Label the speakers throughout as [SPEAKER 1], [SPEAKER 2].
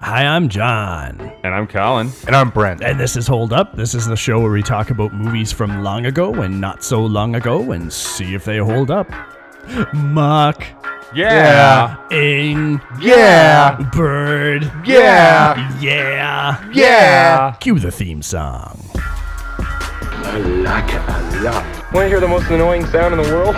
[SPEAKER 1] Hi, I'm John.
[SPEAKER 2] And I'm Colin.
[SPEAKER 3] And I'm Brent.
[SPEAKER 1] And this is Hold Up. This is the show where we talk about movies from long ago and not so long ago and see if they hold up. Mock,
[SPEAKER 2] Yeah.
[SPEAKER 1] Ing,
[SPEAKER 3] Yeah.
[SPEAKER 1] Bird,
[SPEAKER 3] Yeah.
[SPEAKER 1] yeah.
[SPEAKER 3] Yeah.
[SPEAKER 1] Cue the theme song.
[SPEAKER 4] Want to hear the most annoying sound in the world?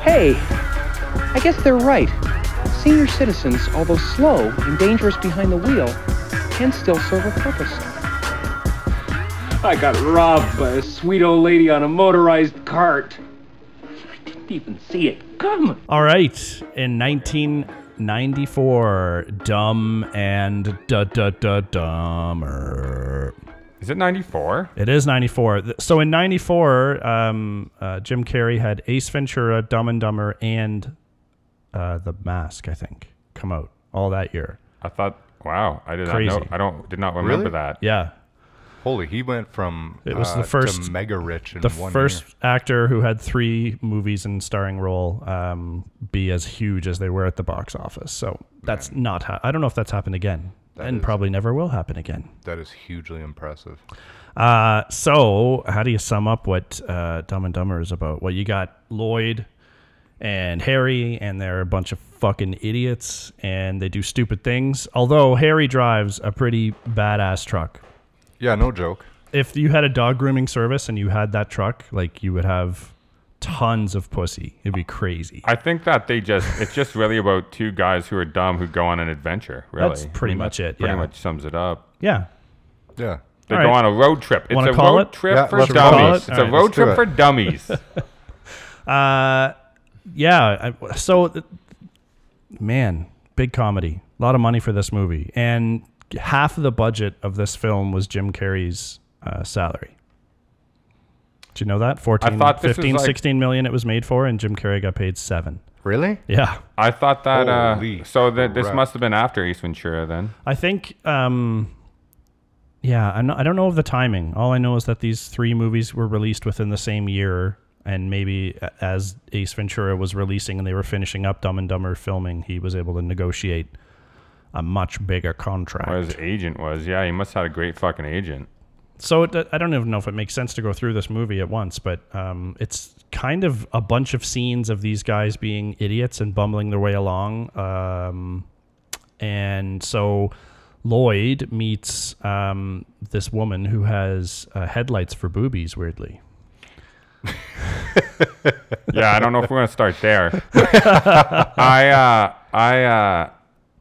[SPEAKER 4] Hey, I guess they're right. Senior citizens, although slow and dangerous behind the wheel, can still serve a purpose. I got robbed by a sweet old lady on a motorized cart. I didn't even see it coming.
[SPEAKER 1] All right. In 1994, Dumb and Da Da Da Dumber.
[SPEAKER 2] Is it 94?
[SPEAKER 1] It is 94. Th- So in 94, um, uh, Jim Carrey had Ace Ventura, Dumb and Dumber, and uh, The Mask, I think, come out all that year.
[SPEAKER 2] I thought, wow, I did
[SPEAKER 1] Crazy.
[SPEAKER 2] not know. I don't did not remember
[SPEAKER 3] Really?
[SPEAKER 2] that.
[SPEAKER 1] Yeah.
[SPEAKER 3] Holy, he went from
[SPEAKER 1] It was
[SPEAKER 3] uh,
[SPEAKER 1] the first-
[SPEAKER 3] to mega rich in
[SPEAKER 1] The
[SPEAKER 3] one
[SPEAKER 1] first
[SPEAKER 3] year.
[SPEAKER 1] actor who had three movies in starring role um, be as huge as they were at the box office. So that's not, ha- I don't know if that's happened again. and probably never will happen again.
[SPEAKER 3] That is hugely impressive.
[SPEAKER 1] Uh, so, how do you sum up what uh, Dumb and Dumber is about? Well, you got Lloyd and Harry, and they're a bunch of fucking idiots, and they do stupid things. Although Harry drives a pretty badass truck.
[SPEAKER 3] Yeah, no joke.
[SPEAKER 1] If you had a dog grooming service and you had that truck, like you would have tons of pussy. It'd be crazy.
[SPEAKER 2] I think that they just it's just really about two guys who are dumb who go on an adventure, really.
[SPEAKER 1] That's pretty much it,
[SPEAKER 2] Pretty
[SPEAKER 1] yeah.
[SPEAKER 2] much sums it up.
[SPEAKER 1] Yeah.
[SPEAKER 3] Yeah.
[SPEAKER 2] They
[SPEAKER 1] All
[SPEAKER 2] go
[SPEAKER 1] right.
[SPEAKER 2] on a road trip. It's
[SPEAKER 1] Wanna
[SPEAKER 2] a
[SPEAKER 1] call
[SPEAKER 2] road
[SPEAKER 1] it?
[SPEAKER 2] trip
[SPEAKER 3] Yeah,
[SPEAKER 2] for
[SPEAKER 3] let's call
[SPEAKER 1] it.
[SPEAKER 2] dummies. It's
[SPEAKER 1] All
[SPEAKER 2] a
[SPEAKER 1] right,
[SPEAKER 2] road
[SPEAKER 3] let's do
[SPEAKER 2] trip
[SPEAKER 3] it.
[SPEAKER 2] for dummies.
[SPEAKER 1] Uh, yeah. I, so, th- man, big comedy. A lot of money for this movie, and half of the budget of this film was Jim Carrey's uh, salary. Did you know that? 14,
[SPEAKER 2] thought this was
[SPEAKER 1] 15,
[SPEAKER 2] like-
[SPEAKER 1] 16 million it was made for, and Jim Carrey got paid seven.
[SPEAKER 3] Really?
[SPEAKER 1] Yeah.
[SPEAKER 2] I thought that
[SPEAKER 3] Holy
[SPEAKER 2] uh, so that this
[SPEAKER 3] crap.
[SPEAKER 2] must have been after East Ventura then.
[SPEAKER 1] I think, um, yeah, I'm not, I don't know of the timing. All I know is that these three movies were released within the same year, and maybe a- as Ace Ventura was releasing and they were finishing up Dumb and Dumber filming, he was able to negotiate a much bigger contract.
[SPEAKER 2] What his agent was. Yeah, he must have had a great fucking agent.
[SPEAKER 1] So it, I don't even know if it makes sense to go through this movie at once, but um, it's kind of a bunch of scenes of these guys being idiots and bumbling their way along. Um, and so Lloyd meets um, this woman who has uh, headlights for boobies, weirdly.
[SPEAKER 2] yeah, I don't know if we're gonna start there. I uh, I uh,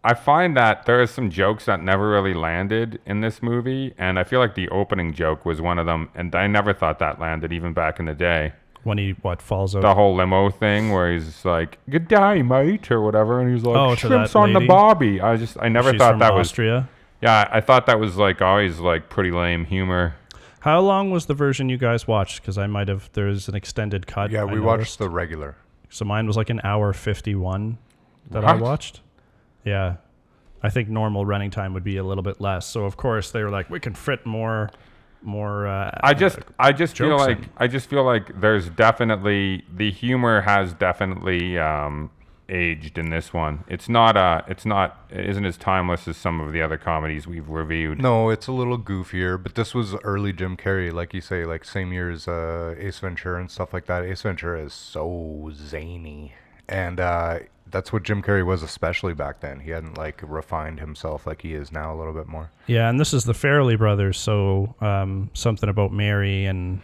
[SPEAKER 2] I find that there are some jokes that never really landed in this movie, and I feel like the opening joke was one of them, and I never thought that landed even back in the day.
[SPEAKER 1] When he what falls out?
[SPEAKER 2] The whole limo thing where he's like, "Good day, mate," or whatever, and he's like,
[SPEAKER 1] Oh, to that
[SPEAKER 2] "Shrimps on the
[SPEAKER 1] lady?
[SPEAKER 2] bobby." I just I never
[SPEAKER 1] She's
[SPEAKER 2] thought
[SPEAKER 1] from
[SPEAKER 2] that was
[SPEAKER 1] Austria.
[SPEAKER 2] yeah, I thought that was like always like pretty lame humor.
[SPEAKER 1] How long was the version you guys watched? Because I might have there's an extended cut.
[SPEAKER 3] Yeah,
[SPEAKER 1] I
[SPEAKER 3] we
[SPEAKER 1] noticed.
[SPEAKER 3] watched the regular.
[SPEAKER 1] So mine was like an hour 51 that I
[SPEAKER 2] What?
[SPEAKER 1] watched. Yeah. I think normal running time would be a little bit less. So of course they were like we can fit more more uh,
[SPEAKER 2] I just I just feel
[SPEAKER 1] jokes
[SPEAKER 2] like
[SPEAKER 1] and-
[SPEAKER 2] I just feel like there's definitely the humor has definitely um, aged in this one. It's not uh it's not it isn't as timeless as some of the other comedies we've reviewed.
[SPEAKER 3] No, it's a little goofier, but this was early Jim Carrey, like you say, like same year as uh, Ace Ventura and stuff like that. Ace Ventura is so zany, and uh, that's what Jim Carrey was, especially back then. He hadn't like refined himself like he is now a little bit more.
[SPEAKER 1] Yeah, and this is the Farrelly brothers, so um, something about Mary and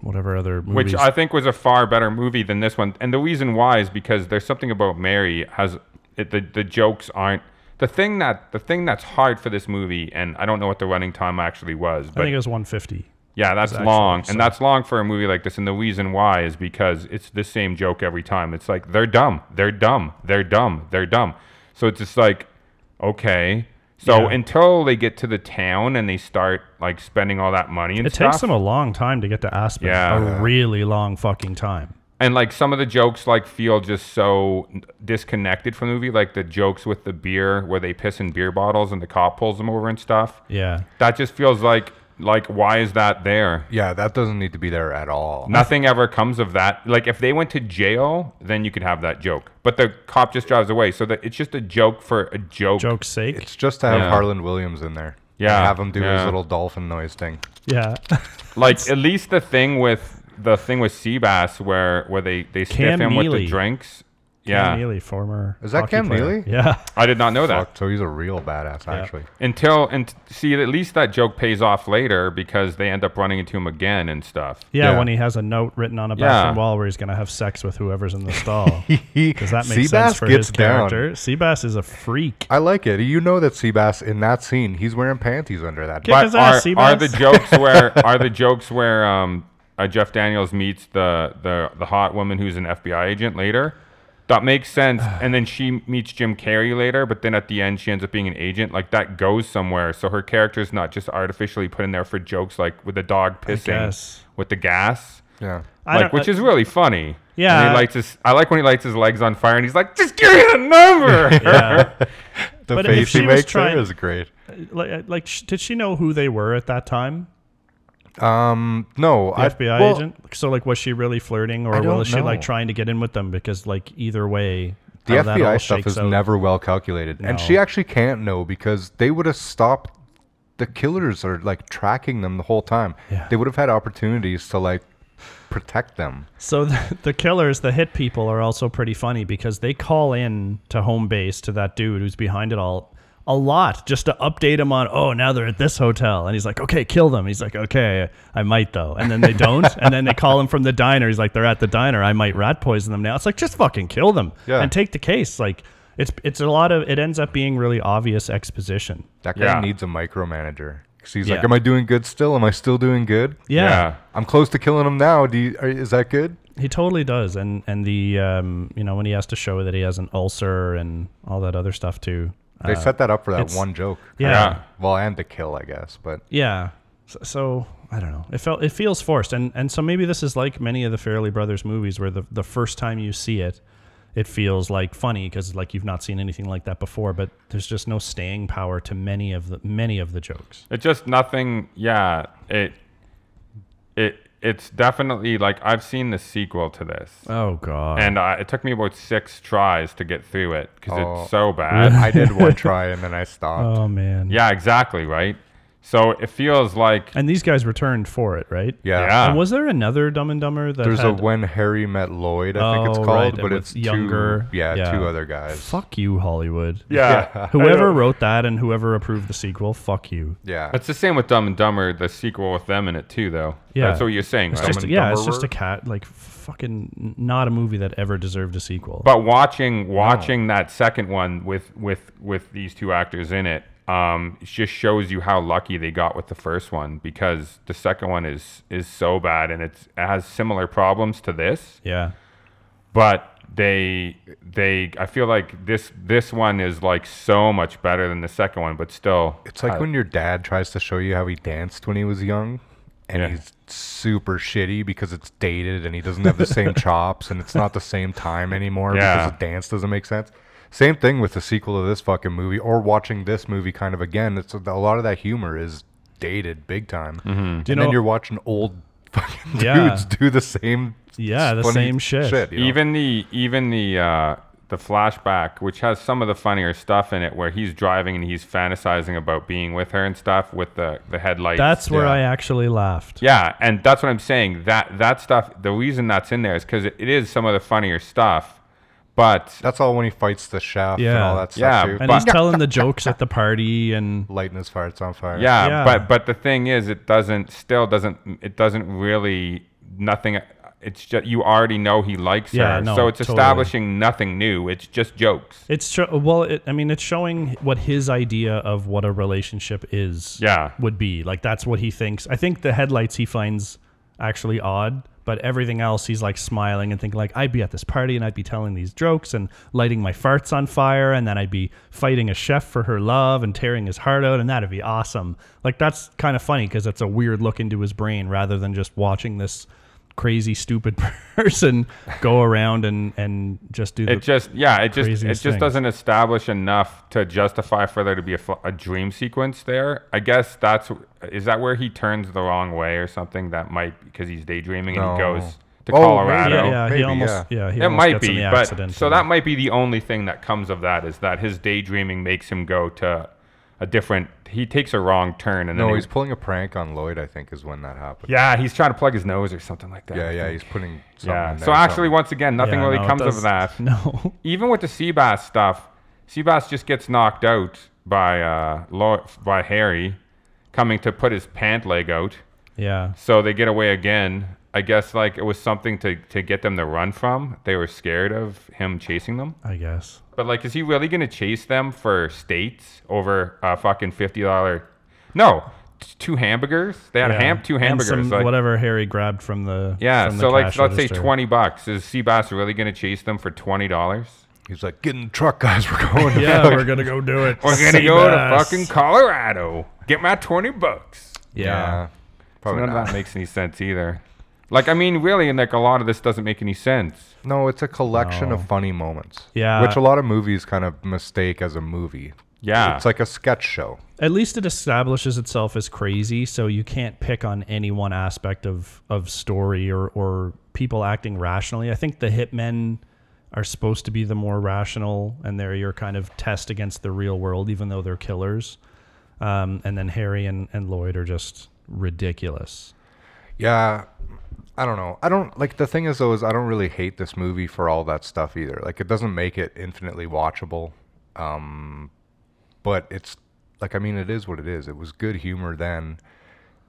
[SPEAKER 1] whatever other movies.
[SPEAKER 2] Which I think was a far better movie than this one. And the reason why is because there's something about Mary has it, the the jokes aren't the thing that the thing that's hard for this movie and I don't know what the running time actually was,
[SPEAKER 1] I
[SPEAKER 2] but
[SPEAKER 1] think it was 150.
[SPEAKER 2] Yeah, that's
[SPEAKER 1] actually
[SPEAKER 2] long.
[SPEAKER 1] so-
[SPEAKER 2] And that's long for a movie like this. And the reason why is because it's the same joke every time. It's like, they're dumb. They're dumb. They're dumb. They're dumb. So it's just like, okay. So
[SPEAKER 1] Yeah.
[SPEAKER 2] until they get to the town and they start like spending all that money and
[SPEAKER 1] It
[SPEAKER 2] stuff.
[SPEAKER 1] takes them a long time to get to Aspen.
[SPEAKER 2] Yeah.
[SPEAKER 1] A really long fucking time.
[SPEAKER 2] and like some of the jokes like feel just so disconnected from the movie. Like the jokes with the beer where they piss in beer bottles and the cop pulls them over and stuff.
[SPEAKER 1] Yeah.
[SPEAKER 2] That just feels like Like, why is that there?
[SPEAKER 3] Yeah, that doesn't need to be there at all.
[SPEAKER 2] Nothing ever comes of that. Like, if they went to jail, then you could have that joke. But the cop just drives away, so that it's just a joke for a joke.
[SPEAKER 1] Joke's sake.
[SPEAKER 3] It's just to have
[SPEAKER 2] Yeah.
[SPEAKER 3] Harlan Williams in there.
[SPEAKER 2] Yeah,
[SPEAKER 3] And have him do his
[SPEAKER 2] yeah.
[SPEAKER 3] little dolphin noise thing.
[SPEAKER 1] yeah.
[SPEAKER 2] Like, at least the thing with the thing with Seabass, where where they they
[SPEAKER 1] Cam
[SPEAKER 2] stiff him with
[SPEAKER 1] Neely.
[SPEAKER 2] the drinks.
[SPEAKER 1] Cam
[SPEAKER 2] Yeah,
[SPEAKER 1] Neely, former.
[SPEAKER 3] Is that
[SPEAKER 1] hockey
[SPEAKER 3] Cam
[SPEAKER 1] player.
[SPEAKER 3] Neely?
[SPEAKER 1] Yeah.
[SPEAKER 2] I did not know that.
[SPEAKER 3] Fuck, so he's a real badass, actually.
[SPEAKER 2] until and t- see at least that joke pays off later because they end up running into him again and stuff
[SPEAKER 1] yeah.
[SPEAKER 3] Yeah.
[SPEAKER 1] When he has a note written on a
[SPEAKER 2] Yeah.
[SPEAKER 1] bathroom wall where he's going to have sex with whoever's in the stall. Does that make sense
[SPEAKER 3] Seabass
[SPEAKER 1] for
[SPEAKER 3] gets
[SPEAKER 1] his
[SPEAKER 3] down.
[SPEAKER 1] character? Seabass is a freak.
[SPEAKER 3] I like it. You know that Seabass in that scene, he's wearing panties under that.
[SPEAKER 1] Kick his ass,
[SPEAKER 2] are, are the
[SPEAKER 1] Seabass.
[SPEAKER 2] jokes where are the jokes where um, uh, jeff daniels meets the, the the hot woman who's an fbi agent later that makes sense and then she meets jim carrey later but then at the end she ends up being an agent like that goes somewhere so her character's not just artificially put in there for jokes like with the dog pissing
[SPEAKER 1] guess.
[SPEAKER 2] with the gas
[SPEAKER 3] Yeah.
[SPEAKER 1] I
[SPEAKER 2] like,
[SPEAKER 1] don't- uh,
[SPEAKER 2] which is really funny.
[SPEAKER 1] Yeah.
[SPEAKER 2] And he lights his, I like when he lights his legs on fire and he's like, just give me the number.
[SPEAKER 1] Yeah.
[SPEAKER 3] The
[SPEAKER 1] But if
[SPEAKER 3] face he
[SPEAKER 1] she was
[SPEAKER 3] makes
[SPEAKER 1] trying-
[SPEAKER 3] there is great.
[SPEAKER 1] like, uh, like sh- did she know who they were at that time?
[SPEAKER 3] Um, no,
[SPEAKER 1] The
[SPEAKER 3] I-
[SPEAKER 1] FBI
[SPEAKER 3] well,
[SPEAKER 1] agent. So, like, was she really flirting, or
[SPEAKER 3] don't
[SPEAKER 1] was she like
[SPEAKER 3] know.
[SPEAKER 1] trying to get in with them? Because, like, either way,
[SPEAKER 3] The
[SPEAKER 1] how Oh, that all
[SPEAKER 3] FBI stuff
[SPEAKER 1] shakes
[SPEAKER 3] is
[SPEAKER 1] out-
[SPEAKER 3] never well calculated, and she
[SPEAKER 1] No.
[SPEAKER 3] actually can't know because they would have stopped. The killers are like tracking them the whole time.
[SPEAKER 1] Yeah.
[SPEAKER 3] They would have had opportunities to like protect them.
[SPEAKER 1] So the, the killers, the hit people, are also pretty funny because they call in to home base to that dude who's behind it all a lot just to update him on. Oh, now they're at this hotel, and he's like, "Okay, kill them." He's like, "Okay, I might though," and then they don't, and then they call him from the diner. He's like, "They're at the diner. I might rat poison them now." It's like just fucking kill them
[SPEAKER 3] Yeah.
[SPEAKER 1] and take the case. Like it's it's a lot of it ends up being really obvious exposition.
[SPEAKER 3] That guy
[SPEAKER 2] Yeah.
[SPEAKER 3] needs a micromanager. 'Cause he's
[SPEAKER 1] Yeah.
[SPEAKER 3] like, "Am I doing good still? Am I still doing good?
[SPEAKER 1] yeah.
[SPEAKER 3] I'm close to killing him now. Do you, are, is that good?
[SPEAKER 1] He totally does, and and the um, you know when he has to show that he has an ulcer and all that other stuff too.
[SPEAKER 3] They
[SPEAKER 1] Uh,
[SPEAKER 3] set that up for that
[SPEAKER 1] it's-
[SPEAKER 3] one joke.
[SPEAKER 1] yeah, yeah,
[SPEAKER 2] Yeah.
[SPEAKER 3] Well, and the kill, I guess, but
[SPEAKER 1] So, so I don't know. It felt it feels forced, and and so maybe this is like many of the Fairley Brothers movies, where the the first time you see it, it feels like funny because like you've not seen anything like that before. But there's just no staying power to many of the many of the jokes.
[SPEAKER 2] It's just nothing. Yeah. It, it, it's definitely like I've seen the sequel to this,
[SPEAKER 1] Oh God.
[SPEAKER 2] and I, it took me about six tries to get through it because
[SPEAKER 3] Oh.
[SPEAKER 2] it's so bad.
[SPEAKER 3] I did one try and then I stopped.
[SPEAKER 1] oh man.
[SPEAKER 2] yeah, exactly. Right. So it feels like
[SPEAKER 1] And these guys returned for it, right?
[SPEAKER 3] yeah.
[SPEAKER 2] yeah.
[SPEAKER 1] And was there another Dumb and Dumber that
[SPEAKER 3] There's a
[SPEAKER 1] had-
[SPEAKER 3] When Harry Met Lloyd, I think it's
[SPEAKER 1] Oh,
[SPEAKER 3] called,
[SPEAKER 1] right,
[SPEAKER 3] but
[SPEAKER 1] with
[SPEAKER 3] it's two-
[SPEAKER 1] younger-
[SPEAKER 3] yeah,
[SPEAKER 1] yeah.
[SPEAKER 3] two other guys.
[SPEAKER 1] Fuck you, Hollywood.
[SPEAKER 2] yeah.
[SPEAKER 1] Whoever wrote that and whoever approved the sequel, fuck you.
[SPEAKER 3] Yeah.
[SPEAKER 2] It's the same with Dumb and Dumber, the sequel with them in it too, though.
[SPEAKER 1] Yeah.
[SPEAKER 2] That's what you're saying,
[SPEAKER 1] It's
[SPEAKER 2] right?
[SPEAKER 1] just
[SPEAKER 3] and
[SPEAKER 1] yeah, it's
[SPEAKER 3] Dumberer?
[SPEAKER 1] just a cat like fucking not a movie that ever deserved a sequel.
[SPEAKER 2] But watching watching that second one with with with these two actors in it, um, it just shows you how lucky they got with the first one because the second one is is so bad and it's it has similar problems to this,
[SPEAKER 1] yeah.
[SPEAKER 2] but they they I feel like this this one is like so much better than the second one, but still
[SPEAKER 3] It's like when your dad tries to show you how he danced when he was young, and
[SPEAKER 2] Yeah.
[SPEAKER 3] he's super shitty because it's dated and he doesn't have the same chops and it's not the same time anymore
[SPEAKER 2] Yeah.
[SPEAKER 3] because the dance doesn't make sense. Same thing with the sequel to this fucking movie or watching this movie kind of again. It's a lot of that humor is dated big time,
[SPEAKER 2] Mm-hmm.
[SPEAKER 3] and
[SPEAKER 2] Mm.
[SPEAKER 1] Do you know
[SPEAKER 3] then you're watching old fucking
[SPEAKER 1] Yeah.
[SPEAKER 3] dudes do the same
[SPEAKER 1] Yeah, the
[SPEAKER 3] funny
[SPEAKER 1] same shit.
[SPEAKER 3] you know?
[SPEAKER 2] Even the even the uh, the flashback, which has some of the funnier stuff in it, where he's driving and he's fantasizing about being with her and stuff with the the headlights.
[SPEAKER 1] That's where
[SPEAKER 3] yeah.
[SPEAKER 1] I actually laughed.
[SPEAKER 2] yeah, and that's what I'm saying. That that stuff. The reason that's in there is because it, it is some of the funnier stuff. But
[SPEAKER 3] that's all when he fights the chef and
[SPEAKER 1] Yeah.
[SPEAKER 3] all that stuff.
[SPEAKER 2] Yeah,
[SPEAKER 3] too.
[SPEAKER 1] And he's
[SPEAKER 2] But-
[SPEAKER 1] telling the jokes at the party and
[SPEAKER 3] lighting his farts on fire.
[SPEAKER 2] yeah,
[SPEAKER 1] Yeah.
[SPEAKER 2] but but the thing is, it doesn't still doesn't it doesn't really nothing. It's just you already know he likes
[SPEAKER 1] Yeah,
[SPEAKER 2] her,
[SPEAKER 1] no,
[SPEAKER 2] so it's
[SPEAKER 1] totally.
[SPEAKER 2] establishing nothing new. It's just jokes.
[SPEAKER 1] it's sho- well, it, I mean, it's showing what his idea of what a relationship is.
[SPEAKER 2] Yeah.
[SPEAKER 1] would be like that's what he thinks. I think the headlights he finds actually odd, but everything else he's like smiling and thinking like I'd be at this party and I'd be telling these jokes and lighting my farts on fire and then I'd be fighting a chef for her love and tearing his heart out and that'd be awesome. Like that's kind of funny because it's a weird look into his brain rather than just watching this crazy stupid person go around and and just do the
[SPEAKER 2] It just yeah, it just it
[SPEAKER 1] Craziest
[SPEAKER 2] just
[SPEAKER 1] things.
[SPEAKER 2] doesn't establish enough to justify for there to be a, fl- a dream sequence there. I guess that's is that where he turns the wrong way or something that might because he's daydreaming and he
[SPEAKER 3] No.
[SPEAKER 2] goes to
[SPEAKER 3] Oh,
[SPEAKER 1] yeah,
[SPEAKER 2] Colorado.
[SPEAKER 3] maybe,
[SPEAKER 1] yeah, he
[SPEAKER 3] Maybe,
[SPEAKER 1] almost yeah, he
[SPEAKER 2] It
[SPEAKER 1] almost
[SPEAKER 2] might
[SPEAKER 1] gets in
[SPEAKER 2] be,
[SPEAKER 1] the
[SPEAKER 2] but
[SPEAKER 1] accident
[SPEAKER 2] so
[SPEAKER 1] and-
[SPEAKER 2] that might be the only thing that comes of that is that his daydreaming makes him go to a different. He takes a wrong turn and then
[SPEAKER 3] No,
[SPEAKER 2] he-
[SPEAKER 3] he's pulling a prank on Lloyd. I think is when that happened.
[SPEAKER 2] yeah, he's trying to plug his nose or something like that.
[SPEAKER 3] yeah,
[SPEAKER 2] I
[SPEAKER 3] yeah.
[SPEAKER 2] think.
[SPEAKER 3] He's putting. Something
[SPEAKER 2] yeah.
[SPEAKER 3] in
[SPEAKER 2] So
[SPEAKER 3] there,
[SPEAKER 2] actually,
[SPEAKER 3] something.
[SPEAKER 2] once again, nothing
[SPEAKER 1] Yeah,
[SPEAKER 2] really
[SPEAKER 1] no, it
[SPEAKER 2] comes of
[SPEAKER 1] does-
[SPEAKER 2] that.
[SPEAKER 1] No,
[SPEAKER 2] Even with the Seabass stuff, Seabass just gets knocked out by uh Lo- by Harry coming to put his pant leg out.
[SPEAKER 1] yeah,
[SPEAKER 2] So they get away again. I guess like it was something to to get them to run from. They were scared of him chasing them.
[SPEAKER 1] I guess.
[SPEAKER 2] But like, is he really gonna chase them for states over a fucking fifty dollar? No, t- two hamburgers. They had a
[SPEAKER 1] Yeah.
[SPEAKER 2] ham, two
[SPEAKER 1] And
[SPEAKER 2] hamburgers.
[SPEAKER 1] some-
[SPEAKER 2] like,
[SPEAKER 1] whatever Harry grabbed from the
[SPEAKER 2] yeah.
[SPEAKER 1] from the
[SPEAKER 2] So like,
[SPEAKER 1] cash
[SPEAKER 2] let's say
[SPEAKER 1] register.
[SPEAKER 2] twenty bucks. Is Seabass really gonna chase them for twenty dollars?
[SPEAKER 3] he's like, "Get in the truck, guys. We're going."
[SPEAKER 1] Yeah, we're gonna go do it.
[SPEAKER 2] We're gonna go to
[SPEAKER 1] Seabass.
[SPEAKER 2] fucking Colorado. Get my twenty bucks.
[SPEAKER 1] yeah.
[SPEAKER 3] Probably
[SPEAKER 2] None of
[SPEAKER 3] not.
[SPEAKER 2] that makes any sense either. Like, I mean, really, and like a lot of this doesn't make any sense.
[SPEAKER 3] No, it's a collection
[SPEAKER 1] No.
[SPEAKER 3] of funny moments.
[SPEAKER 1] Yeah.
[SPEAKER 3] Which a lot of movies kind of mistake as a movie.
[SPEAKER 2] Yeah.
[SPEAKER 3] It's like a sketch show.
[SPEAKER 1] At least it establishes itself as crazy, so you can't pick on any one aspect of of story or or people acting rationally. I think the hitmen are supposed to be the more rational, and they're your kind of test against the real world, even though they're killers. Um, and then Harry and, and Lloyd are just ridiculous.
[SPEAKER 3] Yeah. I don't know. I don't like the thing is though is I don't really hate this movie for all that stuff either. Like it doesn't make it infinitely watchable. Um but it's like I mean it is what it is. It was good humor then.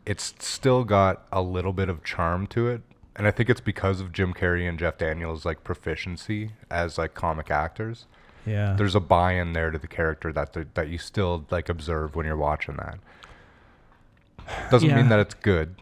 [SPEAKER 3] It's still got a little bit of charm to it. And I think it's because of Jim Carrey and Jeff Daniels like proficiency as like comic actors.
[SPEAKER 1] Yeah.
[SPEAKER 3] There's a buy-in there to the character that the, that you still like observe when you're watching that. Doesn't
[SPEAKER 1] Yeah.
[SPEAKER 3] mean that it's good,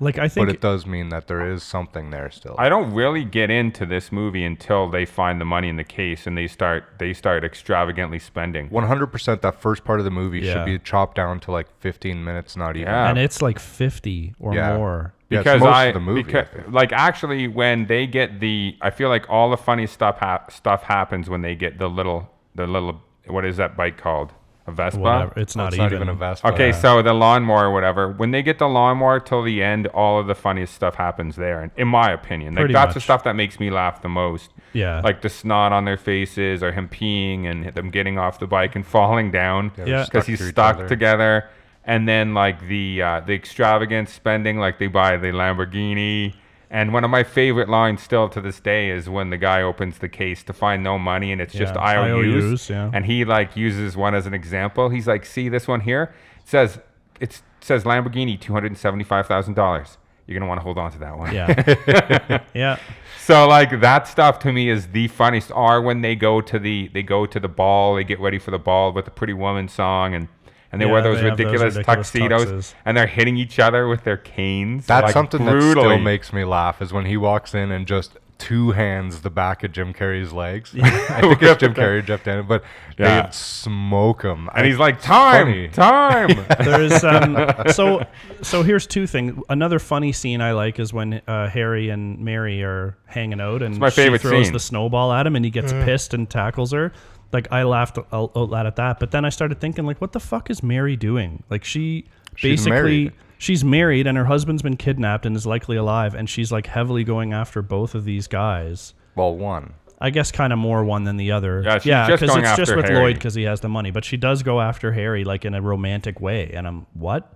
[SPEAKER 1] like I
[SPEAKER 3] but
[SPEAKER 1] think
[SPEAKER 3] it does mean that there is something there still.
[SPEAKER 2] I don't really get into this movie until they find the money in the case and they start they start extravagantly spending.
[SPEAKER 3] 100% that first part of the movie
[SPEAKER 1] Yeah.
[SPEAKER 3] should be chopped down to like 15 minutes, not even.
[SPEAKER 2] Yeah.
[SPEAKER 1] and it's like 50 or
[SPEAKER 3] Oh. Yeah.
[SPEAKER 1] more.
[SPEAKER 3] Yeah, it's
[SPEAKER 2] because
[SPEAKER 3] most
[SPEAKER 2] I
[SPEAKER 3] of the movie. I
[SPEAKER 2] becau-
[SPEAKER 3] think.
[SPEAKER 2] like actually when they get the I feel like all the funny stuff hap stuff happens when they get the little the little what is that bike called a Vespa
[SPEAKER 1] Whatever. It's not,
[SPEAKER 3] it's
[SPEAKER 1] even.
[SPEAKER 3] not even a Vespa.
[SPEAKER 1] uh,
[SPEAKER 2] okay so the lawnmower or whatever when they get the lawnmower till the end all of the funniest stuff happens there and in my opinion like
[SPEAKER 1] Pretty
[SPEAKER 2] that's the
[SPEAKER 1] much.
[SPEAKER 2] stuff that makes me laugh the most
[SPEAKER 1] Yeah.
[SPEAKER 2] like the snot on their faces or him peeing and them getting off the bike and falling down
[SPEAKER 3] they're
[SPEAKER 1] Yeah.
[SPEAKER 2] because
[SPEAKER 3] stuck
[SPEAKER 2] he's
[SPEAKER 3] to each
[SPEAKER 2] stuck
[SPEAKER 3] other.
[SPEAKER 2] together. And then like the uh, the extravagant spending, like they buy the Lamborghini. And one of my favorite lines still to this day is when the guy opens the case to find no money and it's just
[SPEAKER 1] Yeah,
[SPEAKER 2] IOUs.
[SPEAKER 1] IOUs, yeah.
[SPEAKER 2] And he like uses one as an example. He's like, see this one here? It says it's says Lamborghini two hundred and seventy five thousand dollars. You're gonna want to hold on to that one.
[SPEAKER 1] yeah. yeah.
[SPEAKER 2] So like that stuff to me is the funniest. Are when they go to the they go to the ball, they get ready for the ball with the pretty woman song, and and they
[SPEAKER 1] Yeah,
[SPEAKER 2] wear those
[SPEAKER 1] they have those
[SPEAKER 2] ridiculous,
[SPEAKER 1] ridiculous
[SPEAKER 2] tuxedos,
[SPEAKER 1] tuxes.
[SPEAKER 2] and they're hitting each other with their canes.
[SPEAKER 3] That's
[SPEAKER 2] like,
[SPEAKER 3] something that
[SPEAKER 2] brutally.
[SPEAKER 3] still makes me laugh is when he walks in and just two hands the back of Jim Carrey's legs. I think it's Jim Carrey, Jeff Daniels, but
[SPEAKER 2] Yeah.
[SPEAKER 3] they smoke him.
[SPEAKER 2] And he's like, time,
[SPEAKER 3] funny.
[SPEAKER 2] time.
[SPEAKER 1] There's um, so so. Here's two things. Another funny scene I like is when uh, Harry and Mary are hanging out, and
[SPEAKER 2] my favorite
[SPEAKER 1] she throws
[SPEAKER 2] scene.
[SPEAKER 1] the snowball at him, and he gets pissed and tackles her. Like I laughed out loud at that, but then I started thinking, like, what the fuck is Mary doing? Like she
[SPEAKER 3] She's
[SPEAKER 1] basically
[SPEAKER 3] married.
[SPEAKER 1] she's married, and her husband's been kidnapped and is likely alive, and she's like heavily going after both of these guys.
[SPEAKER 3] well, one.
[SPEAKER 1] I guess kind of more one than the other.
[SPEAKER 2] Yeah, she's just
[SPEAKER 1] because
[SPEAKER 2] going
[SPEAKER 1] it's just
[SPEAKER 2] after
[SPEAKER 1] with
[SPEAKER 2] Harry.
[SPEAKER 1] Lloyd because he has the money, but she does go after Harry like in a romantic way, and I'm what,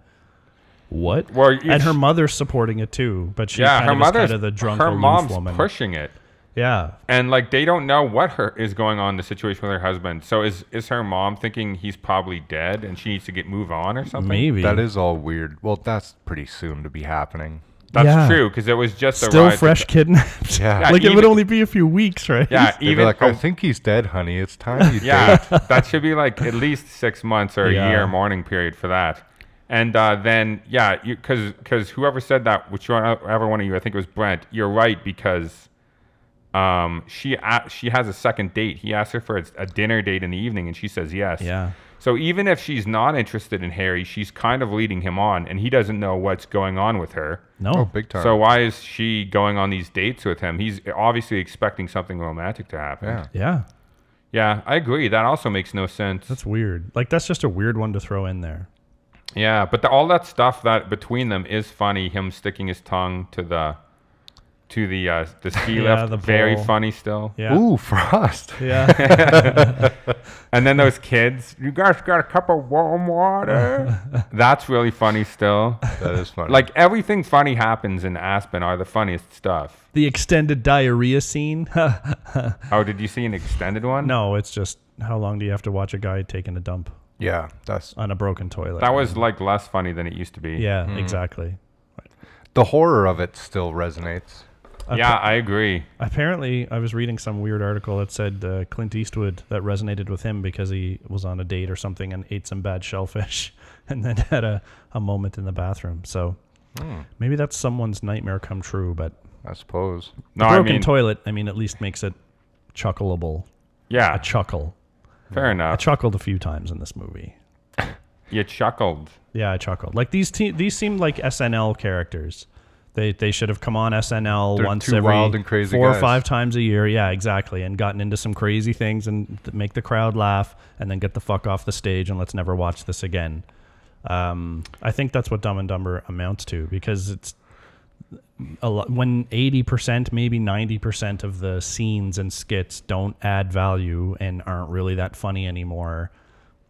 [SPEAKER 1] what?
[SPEAKER 2] Well, you-
[SPEAKER 1] and her mother's supporting it too, but she
[SPEAKER 2] yeah,
[SPEAKER 1] kind
[SPEAKER 2] her
[SPEAKER 1] of is
[SPEAKER 2] mother's
[SPEAKER 1] kind of the drunk
[SPEAKER 2] her
[SPEAKER 1] aloof
[SPEAKER 2] mom's
[SPEAKER 1] woman.
[SPEAKER 2] pushing it.
[SPEAKER 1] Yeah,
[SPEAKER 2] And like they don't know what her is going on in the situation with her husband. So is is her mom thinking he's probably dead and she needs to get move on or something?
[SPEAKER 1] maybe
[SPEAKER 3] That is all weird. Well, that's pretty soon to be happening.
[SPEAKER 2] That's
[SPEAKER 1] Yeah.
[SPEAKER 2] true because it was just a
[SPEAKER 1] still
[SPEAKER 2] ride to-
[SPEAKER 1] fresh kidnapped.
[SPEAKER 3] Yeah.
[SPEAKER 1] like it would
[SPEAKER 2] even-
[SPEAKER 1] only be a few weeks, right?
[SPEAKER 2] Yeah,
[SPEAKER 3] They'd be
[SPEAKER 2] even
[SPEAKER 3] like, "Oh,
[SPEAKER 2] a
[SPEAKER 3] I think he's dead, honey. It's time you
[SPEAKER 2] Yeah, that should be like at least six months or a
[SPEAKER 1] Yeah.
[SPEAKER 2] year mourning period for that. And uh, then, yeah, because because whoever said that, which one- whoever one of you, I think it was Brent. You're right because um, she a she has a second date. He asked her for a, a dinner date in the evening, and she says yes.
[SPEAKER 1] yeah.
[SPEAKER 2] So even if she's not interested in Harry, she's kind of leading him on, and he doesn't know what's going on with her.
[SPEAKER 1] No.
[SPEAKER 3] Oh, big time.
[SPEAKER 2] So why is she going on these dates with him? He's obviously expecting something romantic to happen.
[SPEAKER 3] yeah.
[SPEAKER 1] yeah.
[SPEAKER 2] Yeah, I agree. That also makes no sense.
[SPEAKER 1] That's weird. Like that's just a weird one to throw in there.
[SPEAKER 2] yeah, but the, all that stuff that between them is funny. Him sticking his tongue to the to the uh, the ski
[SPEAKER 1] Yeah,
[SPEAKER 2] lift,
[SPEAKER 1] the
[SPEAKER 2] very
[SPEAKER 1] pole.
[SPEAKER 2] funny still.
[SPEAKER 1] Yeah.
[SPEAKER 3] Ooh, Frost.
[SPEAKER 1] Yeah.
[SPEAKER 2] And then those kids, you guys got a cup of warm water. That's really funny still.
[SPEAKER 3] That is funny.
[SPEAKER 2] Like everything funny happens in Aspen are the funniest stuff.
[SPEAKER 1] the extended diarrhea scene.
[SPEAKER 2] Oh, did you see an extended one?
[SPEAKER 1] no, it's just how long do you have to watch a guy taking a dump
[SPEAKER 3] yeah, that's
[SPEAKER 1] on a broken toilet?
[SPEAKER 2] That was Hmm. like less funny than it used to be.
[SPEAKER 1] Yeah, exactly.
[SPEAKER 3] the horror of it still resonates.
[SPEAKER 2] Yeah, I agree.
[SPEAKER 1] Apparently, I was reading some weird article that said uh, Clint Eastwood that resonated with him because he was on a date or something and ate some bad shellfish and then had a, a moment in the bathroom. So
[SPEAKER 2] Hmm.
[SPEAKER 1] maybe that's someone's nightmare come true, but
[SPEAKER 3] I suppose.
[SPEAKER 2] No, I
[SPEAKER 1] broken
[SPEAKER 2] mean,
[SPEAKER 1] toilet, I mean, at least makes it chuckleable.
[SPEAKER 2] yeah,
[SPEAKER 1] A chuckle.
[SPEAKER 2] fair
[SPEAKER 1] I
[SPEAKER 2] enough.
[SPEAKER 1] chuckled a few times in this movie.
[SPEAKER 2] you chuckled.
[SPEAKER 1] Yeah, I chuckled. Like these te- these seem like SNL characters. They they should have come on SNL
[SPEAKER 3] They're
[SPEAKER 1] once
[SPEAKER 3] two
[SPEAKER 1] every
[SPEAKER 3] wild and crazy
[SPEAKER 1] four or
[SPEAKER 3] guys.
[SPEAKER 1] five times a year. Yeah, exactly, and gotten into some crazy things and th- make the crowd laugh, and then get the fuck off the stage and let's never watch this again. Um, I think that's what Dumb and Dumber amounts to because it's a lot, when 80% maybe 90% of the scenes and skits don't add value and aren't really that funny anymore